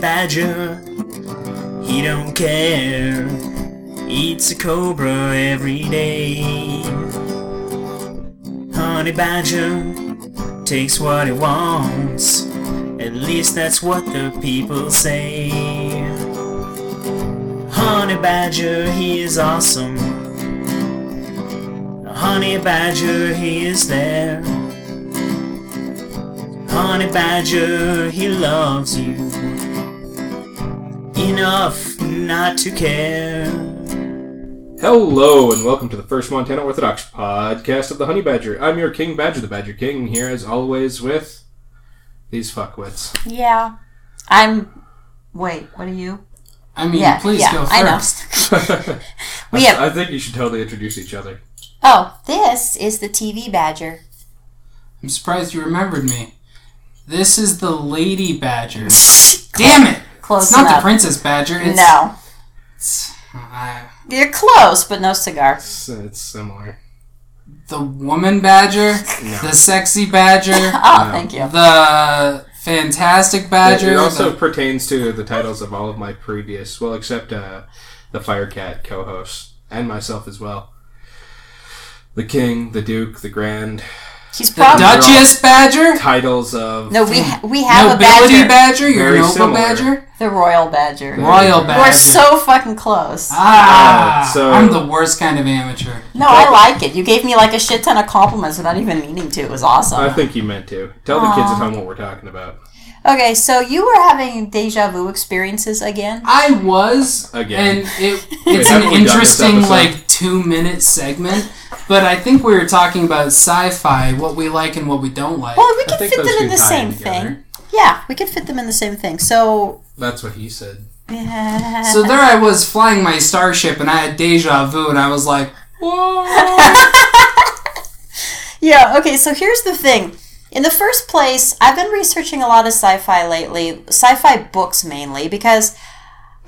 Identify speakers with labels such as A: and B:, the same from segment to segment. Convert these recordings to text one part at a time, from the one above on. A: badger. He don't care. Eats a cobra every day. Honey badger takes what it wants. At least that's what the people say. Honey badger, he is awesome. Honey badger, he is there. Honey Badger, he loves you enough not to care.
B: Hello and welcome to the First Montana Orthodox podcast of the Honey Badger. I'm your King Badger, the Badger King, here as always with these fuckwits.
C: Yeah. I'm. Wait, what are you?
D: I mean,
C: yeah,
D: please
C: yeah,
D: go
C: I know.
D: first.
C: We have.
B: I think you should totally introduce each other.
C: Oh, this is the TV Badger.
D: I'm surprised you remembered me. This is the Lady Badger. Damn it!
C: Close
D: It's not the
C: enough.
D: Princess Badger. It's,
C: No,
D: it's, uh,
C: you're close, but no cigar.
B: It's, it's similar.
D: the Woman Badger,
B: No.
D: the Sexy Badger,
C: Oh,
B: No.
C: thank you.
D: the Fantastic
C: Uh,
D: Badger.
B: it, it also
D: the-
B: pertains to the titles of all of my previous, well, except uh, the Firecat co-host and myself as well. The King, the Duke, the Grand
C: He's
D: the
C: probably
D: Duchess Badger,
B: titles of
C: no. We ha- we have a
D: Nobility
C: badger,
D: Badger, your
B: Very
D: Noble
B: similar.
D: Badger,
C: the royal badger.
B: Very
D: Royal
B: similar.
D: Badger.
C: We're so fucking close.
D: ah,
B: Uh, so-
D: I'm the worst kind of amateur.
C: No, I like it. You gave me like a shit ton of compliments without even meaning to. It was awesome.
B: I think you meant to. Tell the kids at home what we're talking about.
C: okay, so you were having deja vu experiences again.
D: I was
B: Again.
D: and it,
B: Wait,
D: it's
B: haven't
D: an
B: we done this
D: interesting
B: episode?
D: like two minute segment. But I think we were talking about sci-fi, what we like and what we don't like.
C: Well, we
B: I
C: could
B: think
C: fit them
B: those
C: in
B: two
C: the
B: tie in
C: same
B: together.
C: thing. Yeah, we could fit them in the same thing. So,
B: That's what he said.
C: yeah.
D: So there I was flying my starship, and I had deja vu, and I was like, "Whoa!"
C: Yeah, okay, so here's the thing. In the first place, I've been researching a lot of sci fi lately, sci fi books mainly, because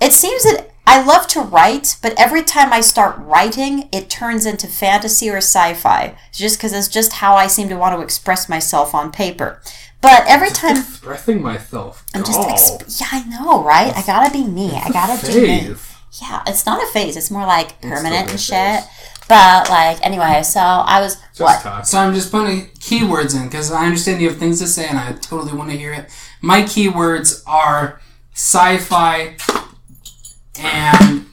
C: it seems that I love to write, but every time I start writing, it turns into fantasy or sci fi, just because it's just how I seem to want to express myself on paper. But every time.
B: Expressing myself.
C: I'm just.
B: Gall.
C: Exp- yeah, I know, right? I gotta be me. I gotta be me.
B: Faith.
C: Yeah, it's not a phase, it's more like permanent and
B: phase.
C: shit. But, like, anyway, so I was. what?
B: Just talk.
D: So I'm just putting keywords in because I understand you have things to say, and I totally want to hear it. My keywords are sci-fi and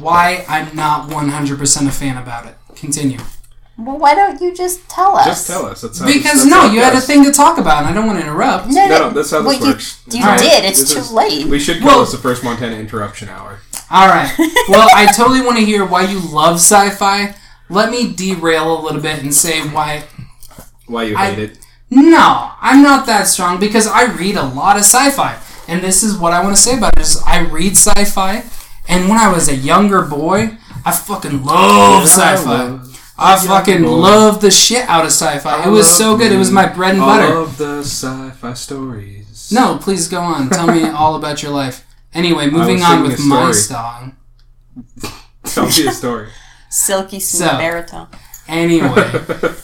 D: why I'm not 100% a fan about it. Continue.
C: Well, why don't you just tell us?
B: Just tell us. That's how
D: Because
B: that's
D: no,
B: how it
D: you had a
B: goes.
D: thing to talk about, and I don't want to interrupt.
C: No,
B: No, that's how
C: well,
B: this
C: you-
B: works.
C: You,
D: All right,
C: did. It's
B: this
C: too
B: is-
C: late.
B: We should call
D: Well-
B: this the first Montana interruption hour.
D: All right. Well, I totally want to hear why you love sci-fi. Let me derail a little bit and say why
B: Why you
D: I-
B: hate it?
D: No, I'm not that strong because I read a lot of sci-fi, and this is what I want to say about it: is I read sci-fi, and when I was a younger boy, I fucking loved sci-fi. I fucking
B: boy.
D: loved the shit out of sci-fi. It was so good. It was my bread and
B: All
D: butter.
B: of the sci-fi stories.
D: No, please go on. Tell me all about your life. Anyway, moving on
B: singing
D: with
B: a
D: my
B: story.
D: song.
B: tell me a story.
C: Silky smooth
D: So.
C: baritone.
D: Anyway.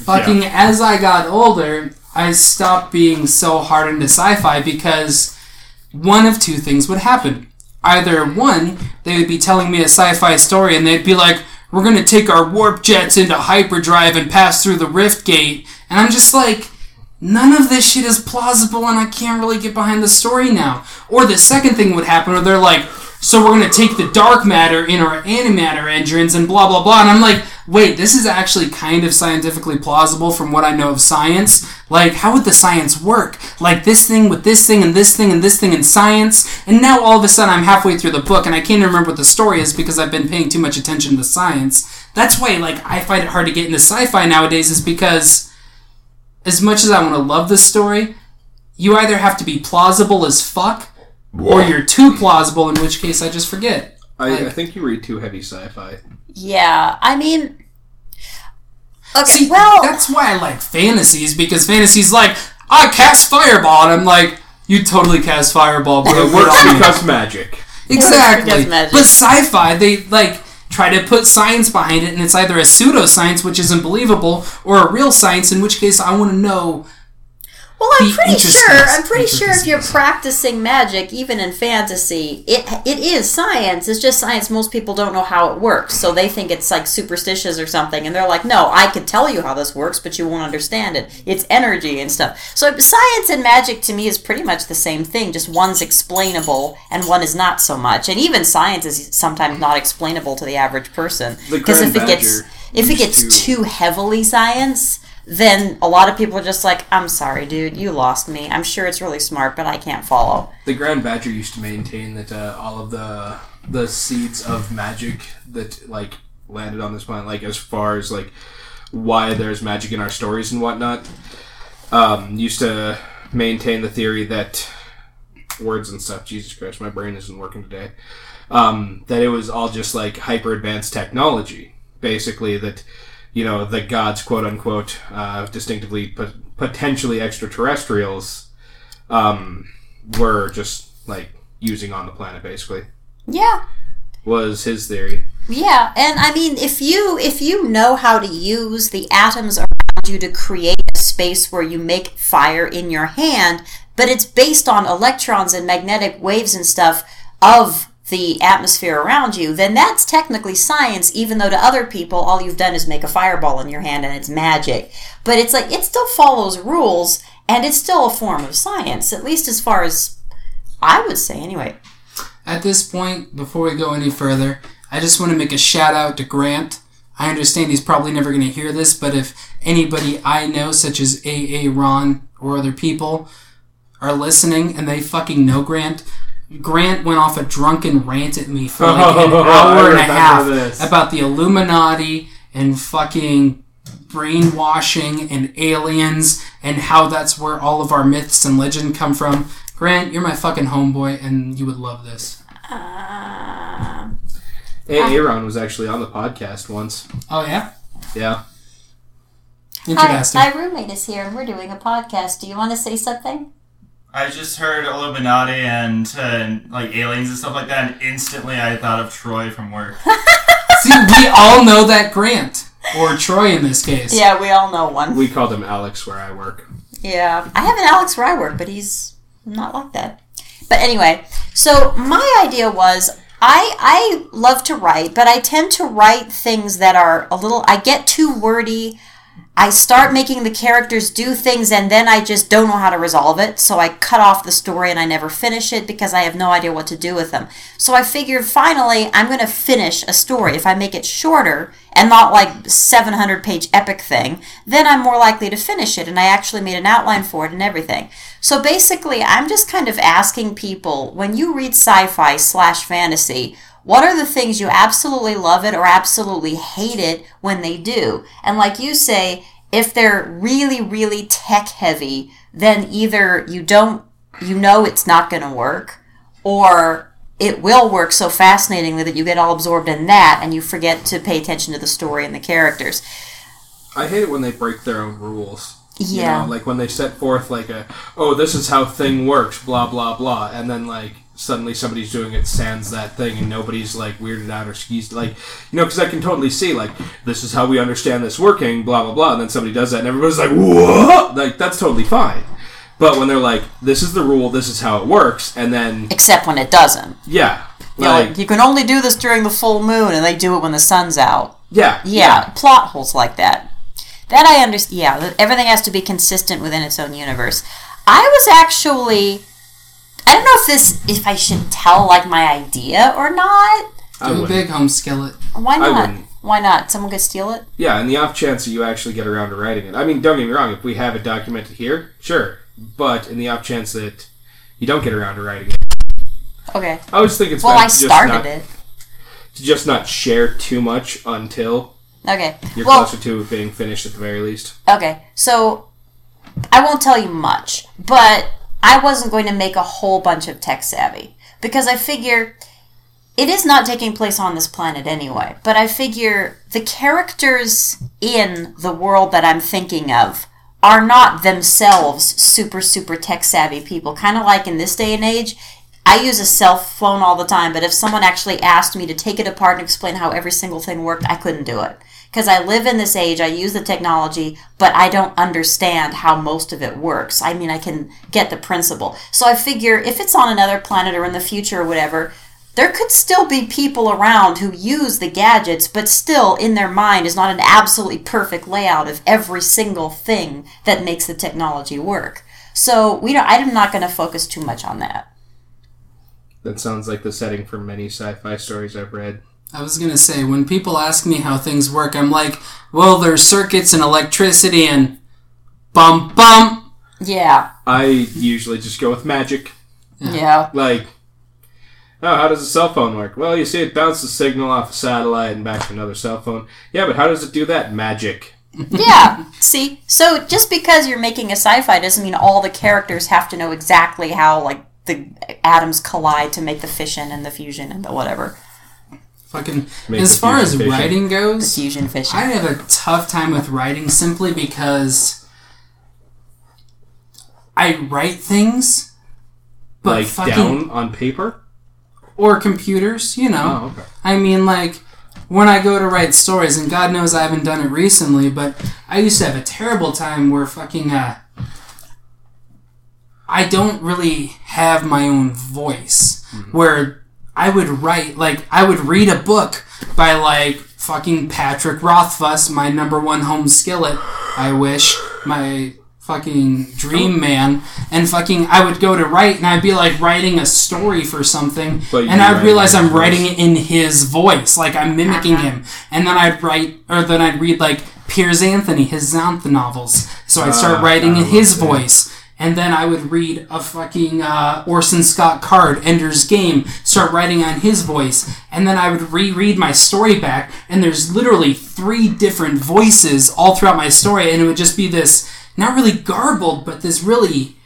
D: fucking as I got older, I stopped being so hard into sci-fi because one of two things would happen. Either one, they would be telling me a sci-fi story and they'd be like, "We're going to take our warp jets into hyperdrive and pass through the rift gate." And I'm just like, none of this shit is plausible and I can't really get behind the story now. Or the second thing would happen where they're like, so we're gonna take the dark matter in our antimatter engines and blah blah blah. And I'm like, wait, this is actually kind of scientifically plausible from what I know of science. Like, how would the science work? Like this thing with this thing and this thing and this thing in science. And now all of a sudden I'm halfway through the book and I can't remember what the story is because I've been paying too much attention to science. That's why like I find it hard to get into sci-fi nowadays is because as much as I want to love this story, you either have to be plausible as fuck, or you're too plausible, in which case I just forget.
B: I, I think you read too heavy sci-fi.
C: Yeah, I mean. Okay,
D: See,
C: well,
D: that's why I like fantasies because fantasies like I cast fireball, and I'm like, you totally cast fireball, bro.
B: It
D: Good
B: works
D: on you."
B: because magic.
D: Exactly.
C: Just magic.
D: But sci-fi, they like try to put science behind it, and it's either a pseudoscience, which isn't believable, or a real science, in which case I want to know
C: Well, I'm
D: The
C: pretty sure.
D: intricacies-
C: I'm pretty sure if you're
D: intricacies.
C: practicing magic, even in fantasy, it it is science. It's just science. Most people don't know how it works, so they think it's like superstitious or something, and they're like, "No, I could tell you how this works, but you won't understand it. It's energy and stuff." So science and magic to me is pretty much the same thing. Just one's explainable and one is not so much. And even science is sometimes not explainable to the average person
B: The
C: because if
B: Grand
C: it gets
B: Badger
C: if it
B: used
C: gets
B: to-
C: too heavily science then a lot of people are just like, I'm sorry, dude, you lost me. I'm sure it's really smart, but I can't follow.
B: The Grand Badger used to maintain that uh, all of the the seeds of magic that like landed on this planet, like as far as like why there's magic in our stories and whatnot, um, used to maintain the theory that words and stuff. Jesus Christ, my brain isn't working today. Um, that it was all just like hyper advanced technology, basically that you know the gods, quote unquote, uh, distinctively pot- potentially extraterrestrials. Um, were just like using on the planet basically
C: Yeah.
B: was his theory
C: Yeah, and I mean if you if you know how to use the atoms around you to create a space where you make fire in your hand, but it's based on electrons and magnetic waves and stuff of the atmosphere around you, then that's technically science, even though to other people all you've done is make a fireball in your hand and it's magic. But it's like it still follows rules and it's still a form of science, at least as far as I would say anyway.
D: At this point, before we go any further, I just want to make a shout out to Grant. I understand he's probably never going to hear this, but if anybody I know, such as AA Ron or other people, are listening and they fucking know Grant, Grant went off a drunken rant at me for like an
B: Oh, I
D: hour and a
B: remember
D: half
B: this.
D: about the Illuminati and fucking brainwashing and aliens and how that's where all of our myths and legend come from. Grant, you're my fucking homeboy and you would love this.
B: A- aaron was actually on the podcast once
D: Oh yeah,
B: yeah
D: interesting.
C: Hi, my roommate is here and we're doing a podcast. Do you want to say something?
E: I just heard Illuminati and, uh, and like aliens and stuff like that, and instantly I thought of Troy from work.
D: See, we all know that Grant or Troy in this case.
C: Yeah, we all know one.
B: we called him alex where i work
C: Yeah. I have an Alex Rywork, but he's not like that. But anyway, so my idea was I I love to write, but I tend to write things that are a little I get too wordy. I start making the characters do things and then I just don't know how to resolve it. So I cut off the story and I never finish it because I have no idea what to do with them. So I figured finally I'm going to finish a story. If I make it shorter and not like 700 page epic thing, then I'm more likely to finish it. And I actually made an outline for it and everything. So basically, I'm just kind of asking people when you read sci fi slash fantasy, what are the things you absolutely love it or absolutely hate it when they do? And like you say, if they're really, really tech heavy, then either you don't, you know it's not going to work, or it will work so fascinatingly that you get all absorbed in that and you forget to pay attention to the story and the characters.
B: i hate it when they break their own rules you
C: Yeah.
B: know, like when they set forth like a oh this is how thing works blah blah blah and then like suddenly somebody's doing it sans that thing and nobody's like weirded out or skis like you know because i can totally see like this is how we understand this working blah blah blah and then somebody does that and everybody's like whoa like that's totally fine but when they're like this is the rule this is how it works and then
C: Except when it doesn't.
B: yeah
C: You, know,
B: like
C: like, you can only do this during the full moon, and they do it when the sun's out.
B: yeah
C: Yeah, plot holes like that. That I understand. Yeah, that everything has to be consistent within its own universe. I was actually. I don't know if this, if I should tell like my idea or not.
B: I
D: Do a
B: wouldn't.
D: big home skillet.
C: Why not?
B: wouldn't.
C: Why not? Someone could steal it.
B: Yeah, and the off chance that you actually get around to writing it. I mean, don't get me wrong, if we have it documented here, sure. But in the off chance that you don't get around to writing it,
C: Okay.
B: I always think it's
C: Well,
B: best to
C: I
B: Uh, just
C: started
B: not-
C: it.
B: To just not share too much until
C: Okay.
B: you're
C: Well,
B: closer to it being finished at the very least.
C: Okay, so I won't tell you much, but I wasn't going to make a whole bunch of tech savvy because I figure it is not taking place on this planet anyway. But I figure the characters in the world that I'm thinking of are not themselves super, super tech savvy people. Kind of like in this day and age, I use a cell phone all the time, but if someone actually asked me to take it apart and explain how every single thing worked, I couldn't do it because I live in this age, I use the technology, but I don't understand how most of it works. I mean, I can get the principle. So I figure if it's on another planet or in the future or whatever, there could still be people around who use the gadgets, but still in their mind is not an absolutely perfect layout of every single thing that makes the technology work. So we don't, I'm not going to focus too much on that.
B: That sounds like the setting for many sci-fi stories I've read.
D: I was gonna say when people ask me how things work, I'm like, well, there's circuits and electricity and bum bum.
C: Yeah.
B: I usually just go with magic.
C: Yeah.
B: Like, oh, how does a cell phone work? Well, you see, it bounces a signal off a satellite and back to another cell phone. Yeah, but how does it do that? Magic.
C: Yeah. See? So just because you're making a sci fi doesn't mean all the characters have to know exactly how, like, the atoms collide to make the fission and the fusion and the whatever.
D: Fucking.
B: Make
D: as
B: the
D: far as
B: fusion fission.
D: writing goes,
C: Fusion fission.
D: I have a tough time with writing simply because I write things, but
B: like
D: fucking
B: down on paper. Oh,
D: or computers, you
C: Oh,
D: know.
B: okay.
D: I mean, like when I go to write stories, and God knows I haven't done it recently, but I used to have a terrible time where fucking uh, I don't really have my own voice.
B: Mm-hmm.
D: Where I would write, like I would read a book by like fucking Patrick Rothfuss, my number one home skillet. I wish my fucking
B: Oh.
D: dream man and fucking I would go to write and I'd be like writing a story for something
B: But
D: and
B: you
D: I'd
B: write
D: realize
B: in
D: I'm
B: his
D: writing it in his voice like I'm mimicking him and then I'd write or then I'd read like Piers Anthony his Xanth novels so I'd start
B: Ah,
D: writing
B: I
D: in
B: love
D: his
B: that.
D: voice and then I would read a fucking uh, Orson Scott Card, Ender's Game, start writing on his voice, and then I would reread my story back, and there's literally three different voices all throughout my story, and it would just be this not really garbled, but this really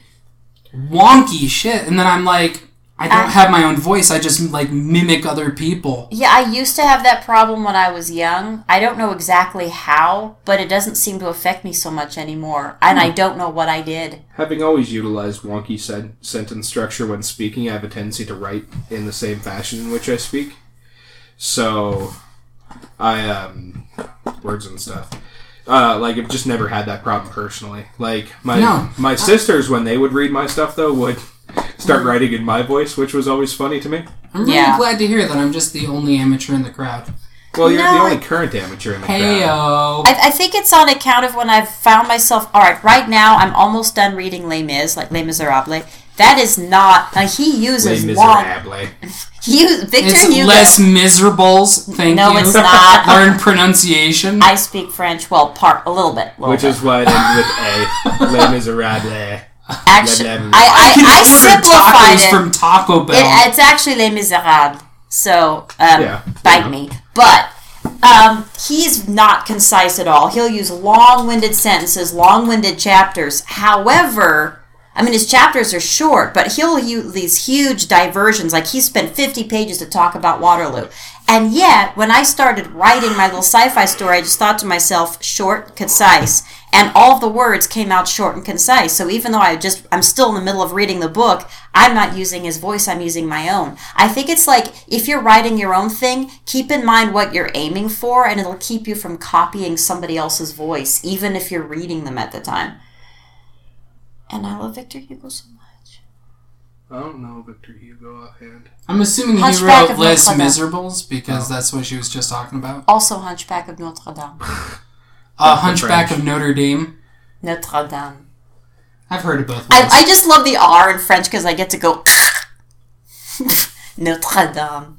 D: wonky shit, and then I'm like, I don't have my own voice, I just like mimic other people.
C: Yeah, I used to have that problem when I was young. I don't know exactly how, but it doesn't seem to affect me so much anymore. And
D: Hmm.
C: I don't know what I did.
B: Having always utilized wonky sen- sentence structure when speaking, I have a tendency to write in the same fashion in which I speak. So, I um, words and stuff. Uh, like I've just never had that problem personally. Like my
D: No.
B: my sisters, when they would read my stuff though, would start writing in my voice, which was always funny to me.
D: I'm really
C: Yeah.
D: glad to hear that I'm just the only amateur in the crowd.
B: Well, you're the
C: No,
B: only
C: I-
B: current amateur in the crowd.
D: Heyo.
C: I, I think it's on account of when I've found myself. All right, right now I'm almost done reading Les Mis, like Les Miserables. That is not. Now he
B: Les
C: uses long.
B: Miserables.
C: He use- Victor
D: It's
C: Hugo.
D: less miserables, thank
C: No,
D: you.
C: it's not.
D: Learn pronunciation.
C: I speak French. Well, part a little bit. Little
B: Which
C: bit.
B: is why it ended with A. Les Miserables.
C: actually, I,
B: Lebanon.
D: I
C: I,
D: can
C: I,
D: order
C: simplified
D: tacos
C: it.
D: from Taco Bell.
C: It, it's actually Les Miserables. So, um,
B: Yeah,
C: bite
B: yeah.
C: me. But um, he's not concise at all. He'll use long winded sentences, long winded chapters. However, I mean, his chapters are short, but he'll use these huge diversions. Like, he spent 50 pages to talk about Waterloo. And yet, when I started writing my little sci fi story, I just thought to myself, short, concise. And all the words came out short and concise. So even though I just, I'm still in the middle of reading the book, I'm not using his voice, I'm using my own. I think it's like if you're writing your own thing, keep in mind what you're aiming for, and it'll keep you from copying somebody else's voice, even if you're reading them at the time. And I love Victor Hugo so much.
B: I don't know Victor Hugo offhand.
D: I'm assuming
C: Hunchback
D: he
C: of
D: wrote
C: Notre
D: Les
C: Dame.
D: Miserables because
B: Oh.
D: that's what she was just talking about.
C: Also, Hunchback of Notre Dame.
D: A Hunchback
B: French.
D: of Notre Dame.
C: Notre Dame.
D: I've heard of both.
C: I,
D: words.
C: I just love the R in French because I get to go Notre Dame.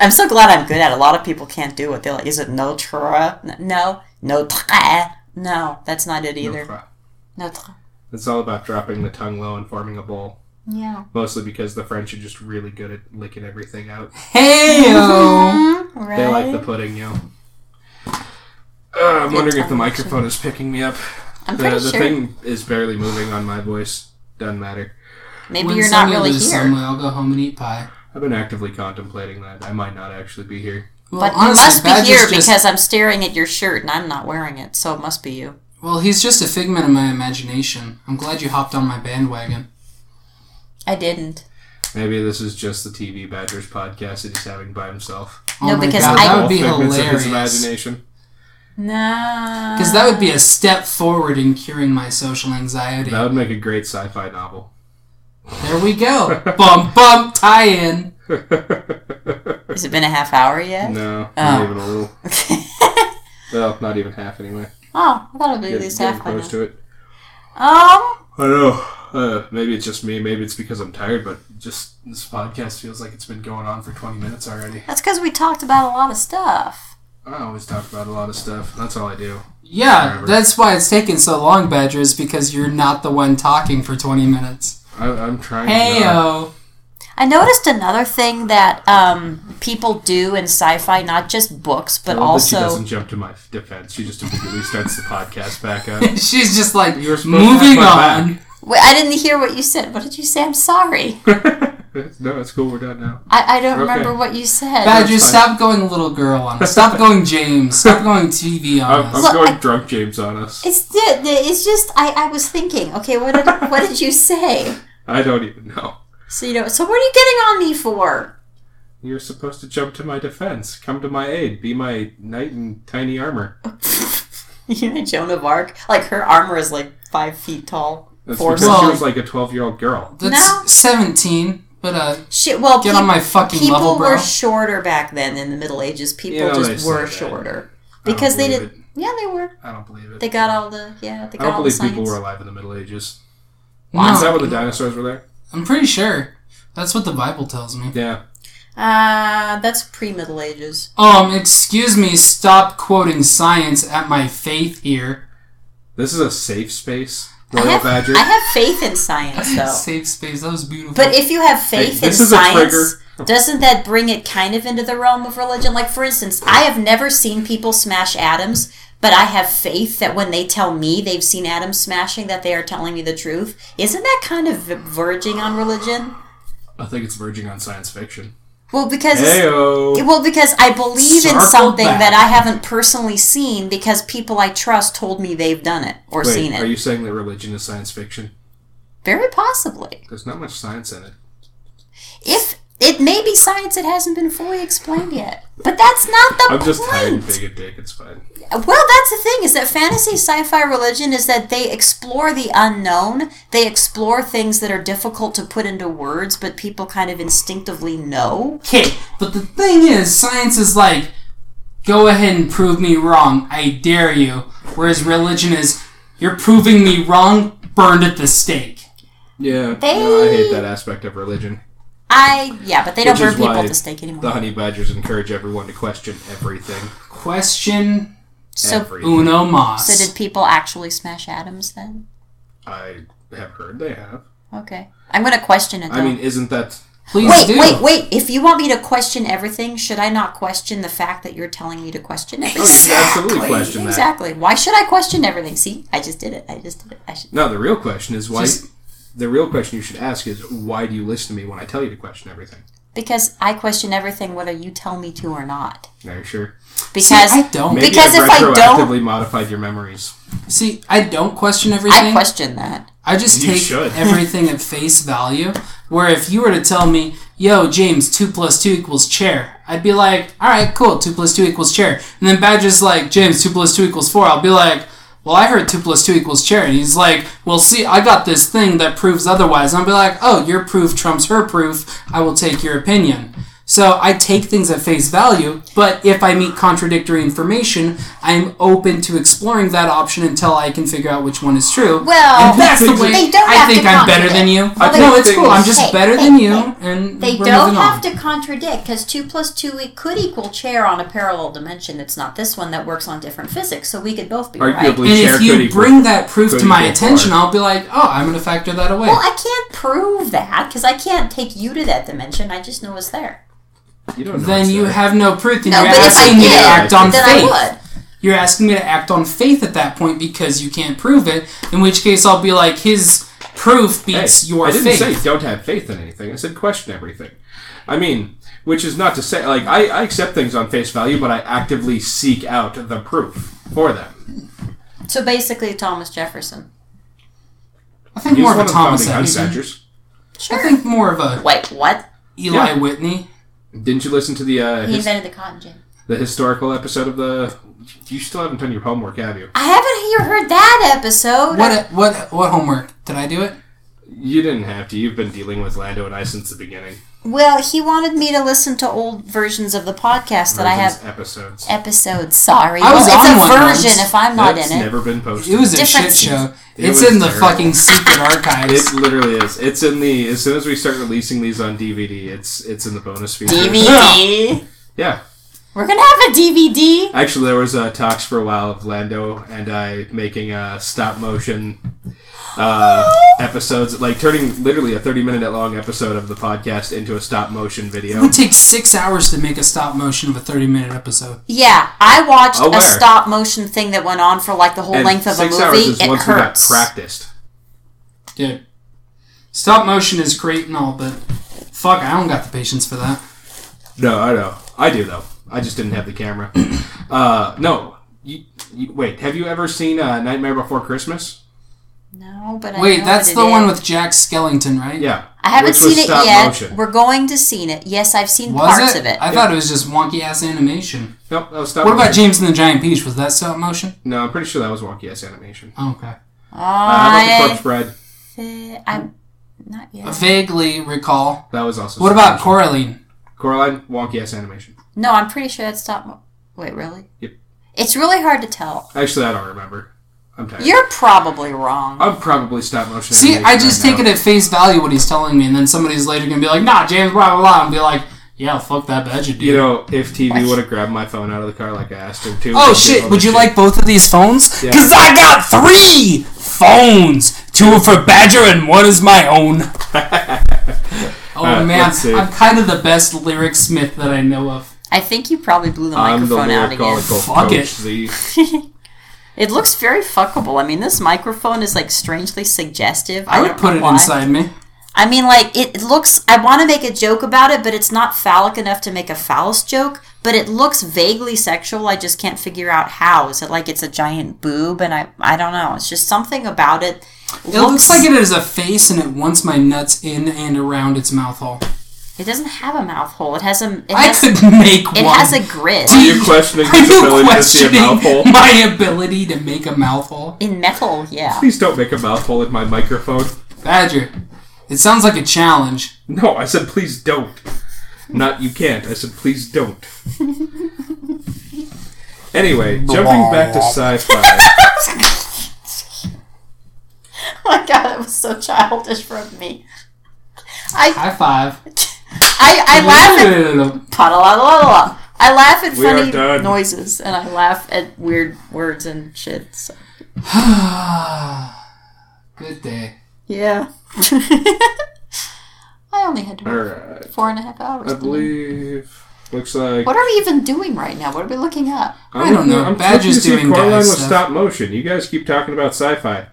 C: I'm so glad I'm good at. it. A lot of people can't do it. They're like, "Is it Notre? No, Notre? No, that's not it either. Notre.
B: It's all about dropping the tongue low and forming a bowl.
C: Yeah.
B: Mostly because the French are just really good at licking everything out.
D: Heyo.
C: Right.
B: They like the pudding, yo. Uh, I'm wondering if the microphone is picking me up.
C: I'm
B: The,
C: pretty
B: the
C: sure.
B: thing is barely moving on my voice. Doesn't matter.
C: Maybe
D: When
C: you're not
D: Sonya
C: really here.
D: lives somewhere, I'll go home and eat pie.
B: I've been actively contemplating that. I might not actually be here.
D: Well,
C: But
D: honestly,
C: you must be
D: Badger's
C: here
D: just-
C: because I'm staring at your shirt and I'm not wearing it, so it must be you.
D: well, he's just a figment of my imagination. I'm glad you hopped on my bandwagon.
C: I didn't.
B: Maybe this is just the TV Badgers podcast that he's having by himself.
D: Oh
C: No,
D: my
C: because
D: God,
C: I-
D: that would be
B: All figments of his
D: hilarious.
B: imagination.
F: No.
D: Because that would be a step forward in curing my social anxiety.
B: That would make a great sci-fi novel.
D: There we go. bump, bump, tie in.
C: Has it been a half hour yet?
B: No,
C: Oh.
B: not even a little. Well, not even half anyway.
C: oh, I thought it would be at
B: Get-
C: least
B: getting
C: half by
B: close
C: now.
B: to it.
C: Um,
B: I don't know. Uh, maybe it's just me. Maybe it's because I'm tired. But just this podcast feels like it's been going on for 20 minutes already.
C: that's because we talked about a lot of stuff.
B: I always talk about a lot of stuff. That's all I do.
D: Yeah,
B: Forever.
D: that's why it's taking so long, Badger, is because you're not the one talking for 20 minutes.
B: I, I'm trying.
D: Hey,
C: uh,
B: not-
D: oh.
C: I noticed another thing that um, people do in sci-fi, not just books, but
B: I love that she
C: also
B: doesn't jump to my defense. She just immediately starts the podcast back up.
D: She's just like,
B: You were supposed to
D: moving
B: have my
D: on.
C: Wait, I didn't hear what you said. What did you say? I'm sorry.
B: no, it's cool. We're done now.
C: I, I don't
B: Okay.
C: remember what you said.
D: Badger,
B: fine.
D: stop going little girl on us. Stop going James. Stop going TV on
B: I'm,
D: us.
B: I'm
C: Look,
B: going
C: I-
B: drunk James on us.
C: It's the- the- it's just I, I was thinking. Okay, what did what did you say?
B: I don't even know.
C: So you know. So what are you getting on me for?
B: You're supposed to jump to my defense. Come to my aid. Be my knight in tiny armor.
C: You know, Joan of Arc. Like her armor is like five feet tall.
B: That's
C: Four
B: because
D: Well-
B: she was like a 12 year old girl.
D: That's
C: No.
D: 17, but uh,
C: Shit. Well,
D: Get
C: peop-
D: on my fucking
C: people
D: level, bro.
C: were shorter back then in the Middle Ages. People
B: Yeah, they
C: just
B: say
C: were
B: that.
C: shorter
B: don't
C: because they
B: believe
C: didn't. Yeah, they were.
B: I don't believe it.
C: They got all the yeah. They
B: I don't
C: got all the
B: believe
C: science.
B: people were alive in the Middle Ages. Is that
D: no,
B: when the dinosaurs were there?
D: I'm pretty sure. That's what the Bible tells me.
B: Yeah.
C: Ah, that's pre Middle Ages.
D: Um, excuse me, stop quoting science at my faith here.
B: This is a safe space.
C: I
B: Royal
C: have,
B: Badger.
C: I have faith in science though.
D: Safe space, that was beautiful.
C: But if you have faith
B: Hey,
C: in
B: this is a
C: science,
B: trigger.
C: doesn't that bring it kind of into the realm of religion? Like, for instance, I have never seen people smash atoms, but I have faith that when they tell me they've seen atoms smashing, that they are telling me the truth. Isn't that kind of verging on religion?
B: I think it's verging on science fiction.
C: Well, because
B: Heyo.
C: well, because I believe in
D: Circle
C: something
D: back.
C: that I haven't personally seen because people I trust told me they've done it or seen
B: Wait,
C: it.
B: are you saying that religion is science fiction?
C: Very possibly.
B: There's not much science in it.
C: If it may be science that hasn't been fully explained yet. But that's not the
B: I'm
C: point.
B: just tired and big and dick. It's fine.
C: Well, that's the thing is that fantasy sci-fi religion is that they explore the unknown. They explore things that are difficult to put into words, but people kind of instinctively know.
D: okay, but the thing is, science is like, go ahead and prove me wrong, I dare you. Whereas religion is, you're proving me wrong, burned at the stake.
B: Yeah.
C: They-
B: No, I hate that aspect of religion.
C: I yeah, but they don't
B: Which is
C: burn people
B: why
C: at the stake anymore.
B: The honey badgers encourage everyone to question everything.
D: Question
C: so
B: everything.
D: uno mas.
C: so did people actually smash atoms then?
B: I have heard they have.
C: Okay, I'm gonna question it. Though.
B: I mean, isn't that
D: Please
C: wait,
D: do.
C: wait, wait! If you want me to question everything, should I not question the fact that you're telling me to question everything?
B: Oh, you should absolutely question that.
C: Exactly. Why should I question everything? See, I just did it. I just did it. I should.
B: No, the real question is why.
D: Just-
B: the real question you should ask is why do you listen to me when I tell you to question everything?
C: Because I question everything, whether you tell me to or not.
B: Are you sure?
D: See,
C: Because
D: I don't.
B: Maybe
C: Because
B: I've
C: if I
B: retroactively modified your memories.
D: See, I don't question everything.
C: I question that.
D: I just
B: You
D: take
B: should.
D: everything at face value. Where if you were to tell me, yo, James, 2 plus 2 equals chair, I'd be like, all right, cool, 2 plus 2 equals chair. And then Badger's like, James, 2 plus 2 equals 4. I'll be like, well, I heard 2 plus 2 equals chair. And he's like, well, see, I got this thing that proves otherwise. And I'll be like, oh, your proof trumps her proof. I will take your opinion. So I take things at face value, but if I meet contradictory information, I'm open to exploring that option until I can figure out which one is true.
C: Well,
D: And that's the way
C: they don't
D: I
C: have
D: think
C: to
D: I'm
C: contradict.
D: better than you.
B: I
D: no,
B: think
D: it's cool.
B: things-
D: I'm just
C: Hey,
D: better
C: hey,
D: than you,
C: hey.
D: and
C: They
D: we're
C: don't
D: moving on.
C: have to contradict because two plus two e- could equal chair on a parallel dimension. That's not this one that works on different physics, so we could both be right.
B: Arguably,
D: And
B: chair
D: if
B: could
D: you
B: equal-
D: bring that proof
B: could
D: to my
B: equal four.
D: attention, I'll be like, oh, I'm going to factor that away.
C: Well, I can't prove that because I can't take you to that dimension. I just know it's there.
B: you don't know
D: then
B: it's
D: you
B: there.
D: have no proof, and
C: No,
D: you're
C: but if I
D: asking me to
C: did,
D: act on
C: then
D: faith.
C: I would.
D: You're asking me to act on faith at that point because you can't prove it. In which case, I'll be like, his proof
B: Hey,
D: beats your
B: I didn't
D: faith.
B: say don't have faith in anything. I said question everything. I mean, which is not to say like I, I accept things on face value, but I actively seek out the proof for them.
C: So basically, Thomas Jefferson.
D: I think
B: He's
D: more of
B: one
D: a
B: the
D: Thomas
B: founding
D: Edison.
B: Honeycatchers.
D: I think more of a
C: Wait, what?
D: Eli
B: Yeah.
D: Whitney.
B: Didn't you listen to the uh,
C: He
B: his-
C: invented the cotton gin.
B: the historical episode of the. You still haven't done your homework, have you?
C: I haven't he- heard that episode.
D: What what what homework did I do it?
B: You didn't have to. You've been dealing with Lando and I since the beginning.
C: Well, he wanted me to listen to old versions of the podcast that I have
B: Versions, episodes.
C: episodes. Sorry,
D: I was
C: well, it's
D: on
C: a
D: one
C: version
D: once.
C: if I'm not
B: That's
C: in it.
B: never been posted.
D: It was a
C: Different
D: shit show.
B: It
D: it's
B: was
D: in the
B: terrible.
D: fucking secret archives.
B: It literally is. It's in the as soon as we start releasing these on DVD, it's it's in the bonus feature.
C: DVD.
B: Yeah,
C: We're gonna have a DVD.
B: actually, there was uh, talks for a while of Lando and I making uh, stop motion uh, episodes, like turning literally a thirty minute long episode of the podcast into a stop motion
D: It
B: video.
D: would take six hours to make a stop motion of a thirty-minute episode.
C: Yeah, I watched
B: Oh,
C: a
B: where?
C: stop motion thing that went on for like the whole
B: And
C: length of a
B: six
C: movie.
B: hours is
C: it
B: once we got
C: hurts.
B: practiced.
D: Dude, stop motion is great and all, but fuck, I don't got the patience for that.
B: No, I know. I do though. I just didn't have the camera. uh, no. You, you, wait, have you ever seen uh, Nightmare Before Christmas?
C: No, but I
D: Wait,
C: know
D: that's
C: what
D: the
C: it
D: one
C: is.
D: with Jack Skellington, right?
B: Yeah.
C: I haven't
B: Which was
C: seen it
B: stop
C: yet.
B: motion.
C: We're going to see it. Yes, I've seen
D: Was
C: parts
D: it?
C: of it.
D: I thought it was just wonky ass animation.
B: Nope, that was stop
D: What about
B: motion.
D: James and the Giant Peach? Was that stop motion?
B: No, I'm pretty sure that was wonky ass animation.
D: Oh, okay.
B: Uh, how about the
C: I,
B: corpse bride?
C: I'm not yet.
D: Vaguely recall.
B: That was also.
D: What
B: stop
D: about
B: motion.
D: Coraline?
B: Coraline? Wonky ass animation.
C: No, I'm pretty sure that's stop. mo- Wait, really?
B: Yep.
C: It's really hard to tell.
B: Actually, I don't remember. I'm tired.
C: You're probably wrong.
B: I'm probably stop motion.
D: See,
B: animation
D: I just
B: right
D: take
B: now.
D: it at face value what he's telling me, and then somebody's later gonna be like, "Nah, James, blah blah blah," and be like, "Yeah, fuck that budget, dude."
B: You know, if TV would have grabbed my phone out of the car like I asked him to.
D: Oh
B: I'd give
D: shit,
B: him
D: would
B: the
D: you
B: shit.
D: like both of these phones?
B: Yeah.
D: Cause I got three phones. Two for Badger and one is my own. oh
B: Alright,
D: man,
B: Uh, let's see.
D: I'm kind of the best lyric smith that I know of.
C: I think you probably blew the
B: I'm the
C: microphone out
B: lyrical
C: again.
B: coach.
D: Fuck
B: The
D: it.
C: It looks very fuckable. I mean, this microphone is like strangely suggestive. I,
D: I would
C: don't
D: put
C: know
D: it
C: why.
D: inside me.
C: I mean, like it it looks. I want to make a joke about it, but it's not phallic enough to make a phallus joke. But it looks vaguely sexual. I just can't figure out how. Is it like it's a giant boob? And I, I don't know. It's just something about it.
D: It looks like it is a face and it wants my nuts in and around its mouth hole.
C: It doesn't have a mouth hole. It has a. It
D: I
C: has,
D: could make
C: It
D: one.
C: has a grid
B: you're questioning
D: Are
B: his
D: you
B: ability to see a
D: questioning
B: mouthful.
D: my ability to make a mouthful?
C: in metal. Yeah.
B: Please don't make a mouthful in my microphone.
D: Badger, it sounds like a challenge.
B: No, I said please don't. Not you can't. I said please don't. anyway, jumping back to sci-fi.
C: Oh my god, it was so childish from me. I
D: High five.
C: I, I laugh at Pa-la-la-la-la-la. I laugh at
B: We are
C: funny
B: done.
C: noises and I laugh at weird words and shit. So.
D: Good day.
C: Yeah. I only had to
B: All
C: work
B: right,
C: four and a half hours.
B: I believe. Looks like
C: What are we even doing right now? What are we looking up?
B: I'm
D: I don't know.
B: I'm
D: Badge
B: looking
D: is
B: to see if
D: doing
B: Coraline
D: guy
B: was
D: stuff.
B: stop motion. You guys keep talking about sci-fi.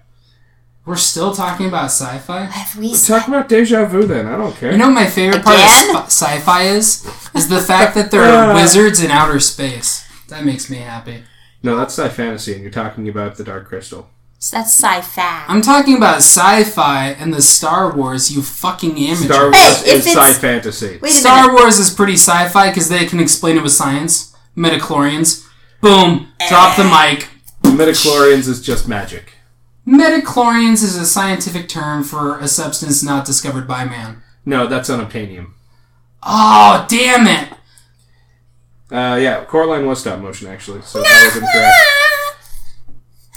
D: We're still talking about sci-fi.
C: Have we
B: Talk about deja vu then. I don't care.
D: You know, what my favorite part
C: Again?
D: of sci- sci-fi is is the fact that there are wizards in outer space. That makes me happy.
B: no, that's sci fantasy, and you're talking about the Dark Crystal.
C: That's sci-fi.
D: I'm talking about sci-fi and the Star Wars. You fucking amateur.
B: Star Wars
C: Hey, if
B: is
C: it's-
B: sci fantasy.
C: Wait a
D: Star
C: minute.
D: Wars is pretty sci-fi because they can explain it with science. Metachlorians. Boom. Drop the mic.
B: Metachlorians is just magic.
D: Metachlorians is a scientific term for a substance not discovered by man.
B: No, that's unobtainium.
D: Oh, damn it.
B: Uh, yeah, Coraline was stop motion actually, so that was incorrect.
C: Ah!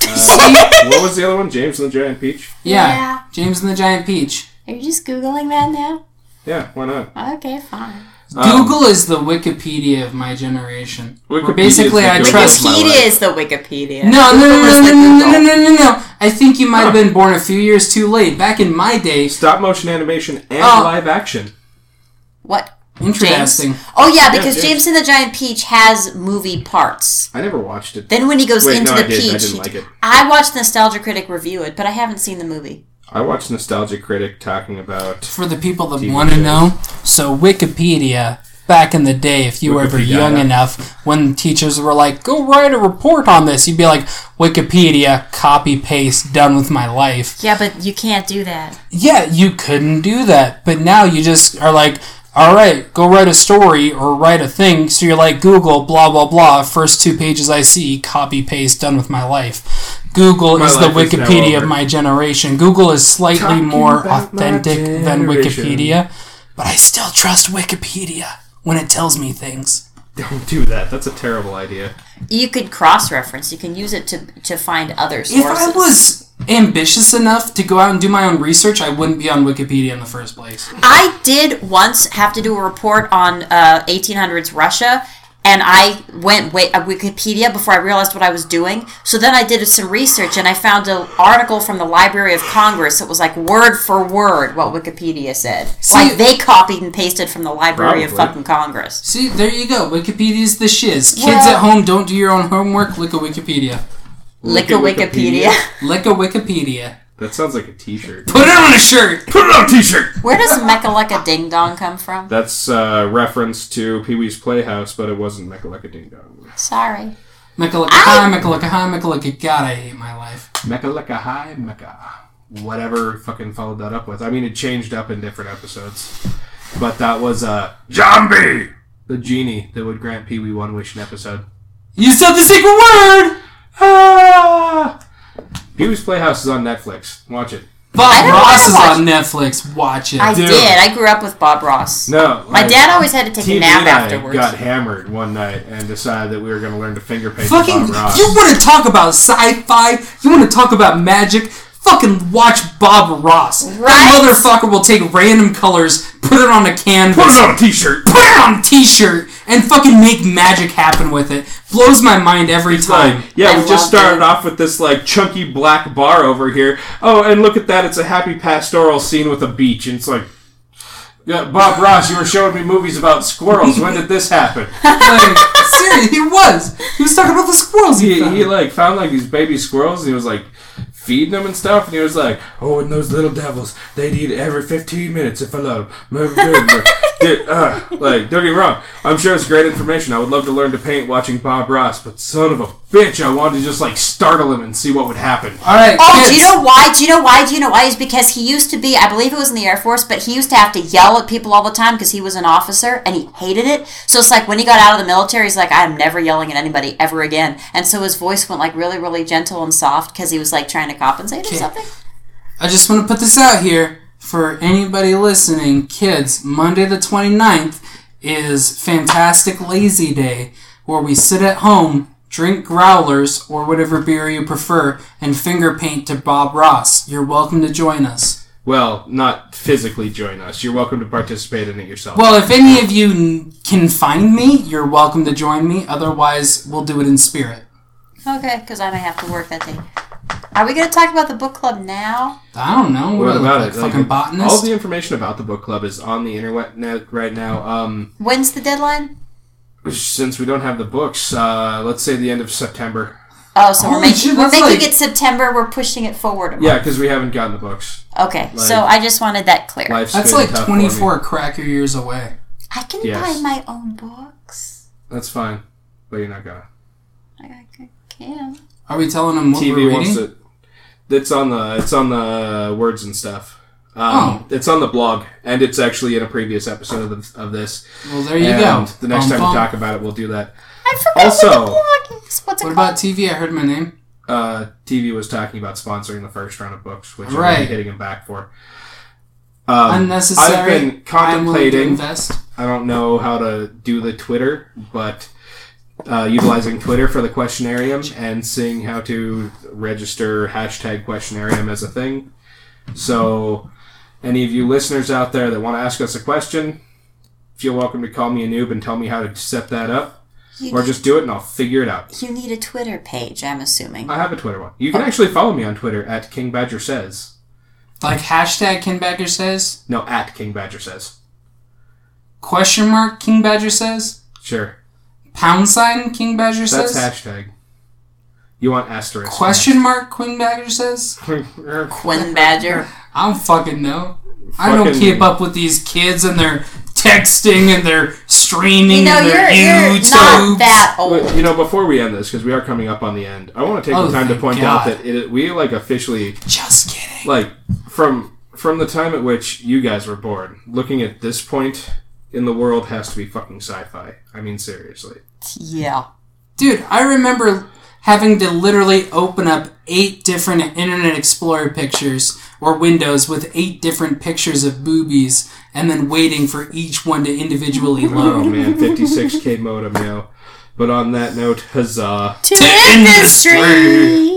B: what was the other one? James and the Giant Peach.
D: Yeah.
C: Yeah.
D: James and the Giant Peach.
C: Are you just googling that now?
B: Yeah, why not?
C: Okay, fine.
B: Um,
D: Google is the Wikipedia of my generation. Where
B: Wikipedia
D: basically,
B: is the
D: I
B: Google.
D: trust.
B: my
C: Wikipedia
B: life.
C: is the Wikipedia.
D: No, no, no,
C: Google is
D: no,
C: the
D: no, no, no,
C: Google.
D: no, no, no. I think you might have been born a few years too late. Back in my day,
B: Stop motion animation and
D: Oh.
B: live action.
C: What?
D: interesting.
C: Oh yeah, because
B: James.
C: James and the Giant Peach has movie parts.
B: I never watched it.
C: Then when he goes
B: Wait,
C: into
B: no,
C: the
B: I did.
C: peach,
B: I didn't
C: he-
B: like it.
C: I watched Nostalgia Critic review it, but I haven't seen the movie.
B: I watched Nostalgia Critic talking about.
D: For the people that
B: TV
D: want to
B: shows.
D: know, so Wikipedia. Back in the day, if you were ever
B: Wikipedia.
D: young enough, when teachers were like, "Go write a report on this," you'd be like, "Wikipedia, copy paste, done with my life."
C: Yeah, but you can't do that.
D: Yeah, you couldn't do that, but now you just are like, all right, go write a story or write a thing. So you're like, Google, blah, blah, blah. First two pages I see, copy, paste, done with my life. Google
B: My
D: is the
B: life is now
D: Wikipedia
B: over.
D: of my generation. Google is slightly
B: Talking
D: more
B: about my
D: authentic than
B: generation.
D: Wikipedia, but I still trust Wikipedia when it tells me things.
B: Don't do that. That's a terrible idea.
C: You could cross reference. You can use it to to find other sources.
D: If I was ambitious enough to go out and do my own research, I wouldn't be on Wikipedia in the first place.
C: I did once have to do a report on uh, 1800s Russia, and I went wait uh, Wikipedia before I realized what I was doing. So then I did some research, and I found an article from the Library of Congress that was like word for word what Wikipedia said. like they copied and pasted from the Library of
B: Probably.
C: fucking Congress.
D: See, there you go. Wikipedia's the shiz. Kids
C: Well-
D: at home, don't do your own homework. Look at Wikipedia.
C: Lick a Wikipedia.
D: Lick a Wikipedia.
B: That sounds like a T-shirt.
D: Put it on a shirt.
B: Put it on a T-shirt.
C: Where does Mechaleka Ding Dong come from?
B: That's uh, reference to Pee Wee's Playhouse, but it wasn't Mechaleka Ding Dong.
C: Sorry.
D: Mechalaka hi, Mechalaka hi, Mechalaka. God, I hate my life.
B: Mechaleka High Mecha. Whatever fucking followed that up with. I mean, it changed up in different episodes. But that was uh, Zombie! The genie that would grant Pee Wee one wish an episode.
D: You said the secret word.
B: Ah! Pee Wee's Playhouse is on Netflix. Watch it.
D: Bob
C: don't wanna
D: Ross is
C: watch-
D: on Netflix. Watch it.
C: I
B: Dude.
C: did. I grew up with Bob Ross.
B: No.
C: My dad always had to take
B: TV
C: a nap
B: and I
C: afterwards.
B: got hammered one night and decided that we were going to learn to finger paint with
D: Fucking.
B: Bob Ross.
D: You want to talk about sci-fi? You want to talk about magic? Fucking watch Bob Ross.
C: Right?
D: That motherfucker will take random colors, put it on a canvas,
B: Put it on a T-shirt.
D: put it on a t-shirt and fucking make magic happen with it. Blows my mind every time.
B: Like, yeah,
C: I
B: we just
C: love
B: started
C: it.
B: off with this like chunky black bar over here. Oh, and look at that! It's a happy pastoral scene with a beach, and it's like. Yeah, Bob Ross, you were showing me movies about squirrels. When did this happen?
D: Like, seriously, he was. He was talking about the squirrels he,
B: He,
D: found.
B: he like found like these baby squirrels, and he was like feeding them and stuff, and he was like, "Oh, and those little devils, they'd eat every fifteen minutes if I let them." Dude, uh, like, don't get me wrong. I'm sure it's great information. I would love to learn to paint watching Bob Ross, but son of a bitch, I wanted to just like startle him and see what would happen.
D: All right,
C: Oh,
D: kids.
C: do you know why? Do you know why? Do you know why? Is because he used to be, I believe it was in the Air Force, but he used to have to yell at people all the time because he was an officer and he hated it. So it's like when he got out of the military, he's like, I'm never yelling at anybody ever again. And so his voice went like really, really gentle and soft because he was like trying to compensate or something.
D: I just want to put this out here for anybody listening. Kids, Monday the 29th is Fantastic Lazy Day, where we sit at home, drink growlers or whatever beer you prefer, and finger paint to Bob Ross. You're welcome to join us.
B: Well, not physically join us. You're welcome to participate in it yourself.
D: Well, if any of you n- can find me, you're welcome to join me. Otherwise, we'll do it in spirit.
C: Okay, because I may have to work that day. Are we going to talk about the book club now?
D: I don't know. What,
B: what
D: do I
B: about
D: look
B: it?
D: like,
B: Like,
D: Fucking botanist.
B: All the information about the book club is on the internet net right now. Um,
C: When's the deadline?
B: since we don't have the books, uh, let's say the end of September.
C: Oh, so we're
D: Holy
C: making,
D: shit,
C: we're
D: that's
C: making
D: like-
C: it September. We're pushing it forward. a month.
B: Yeah, because we haven't gotten the books.
C: Okay, so I just wanted that clear.
B: Life's
D: That's
B: been
D: like
B: tough for me.
D: 24 cracker years away.
C: I can
B: Yes.
C: buy my own books.
B: That's fine, but you're not gonna.
C: I I can.
D: Are we telling them what
B: TV
D: we're
B: wants
D: reading?
B: to. It's on the it's on the words and stuff. Um,
D: Oh.
B: It's on the blog, and it's actually in a previous episode of, the, of this.
D: Well, there you
B: and
D: go.
B: The next
D: Bum,
B: time
D: bum.
B: we talk about it, we'll do that.
C: I forgot
B: Also-
C: what the blog is. What's it
D: What
C: called?
D: about TV? I heard my name.
B: uh, TV was talking about sponsoring the first round of books, which
D: Right.
B: I'm hitting him back for. Um,
D: Unnecessary.
B: I've been
D: I'm willing to
B: contemplating.
D: invest.
B: I don't know how to do the Twitter, but uh, utilizing Twitter for the questionarium and seeing how to register hashtag questionarium as a thing. So, any of you listeners out there that want to ask us a question, feel welcome to call me a noob and tell me how to set that up,
C: You,
B: or just do it and I'll figure it out.
C: you need a Twitter page, I'm assuming.
B: I have a Twitter one. You can actually follow me on Twitter at King Badger Says.
D: Like hashtag King Badger says?
B: No, at King Badger Says.
D: Question mark King Badger says?
B: Sure.
D: Pound sign King Badger
B: That's
D: says?
B: hashtag. You want asterisk.
D: Question mark Queen Badger says?
C: Quinn Badger.
D: I don't fucking know. I don't
B: Fucking-
D: keep up with these kids and their texting and their streaming
C: You know,
D: and their
C: you're, you're
D: YouTubes.
C: not that old.
B: Wait, you know, before we end this, because we are coming up on the end, I want to take
D: Oh,
B: the time to
D: thank
B: point out
D: God.
B: that it, we like officially
D: Just kidding.
B: like from from the time at which you guys were born, looking at this point in the world has to be fucking sci-fi. I mean, seriously.
C: Yeah.
D: Dude, I remember having to literally open up eight different Internet Explorer pictures or windows with eight different pictures of boobies and then waiting for each one to individually
B: Oh
D: load.
B: man, 56k modem now. But on that note, huzzah.
C: To, industry.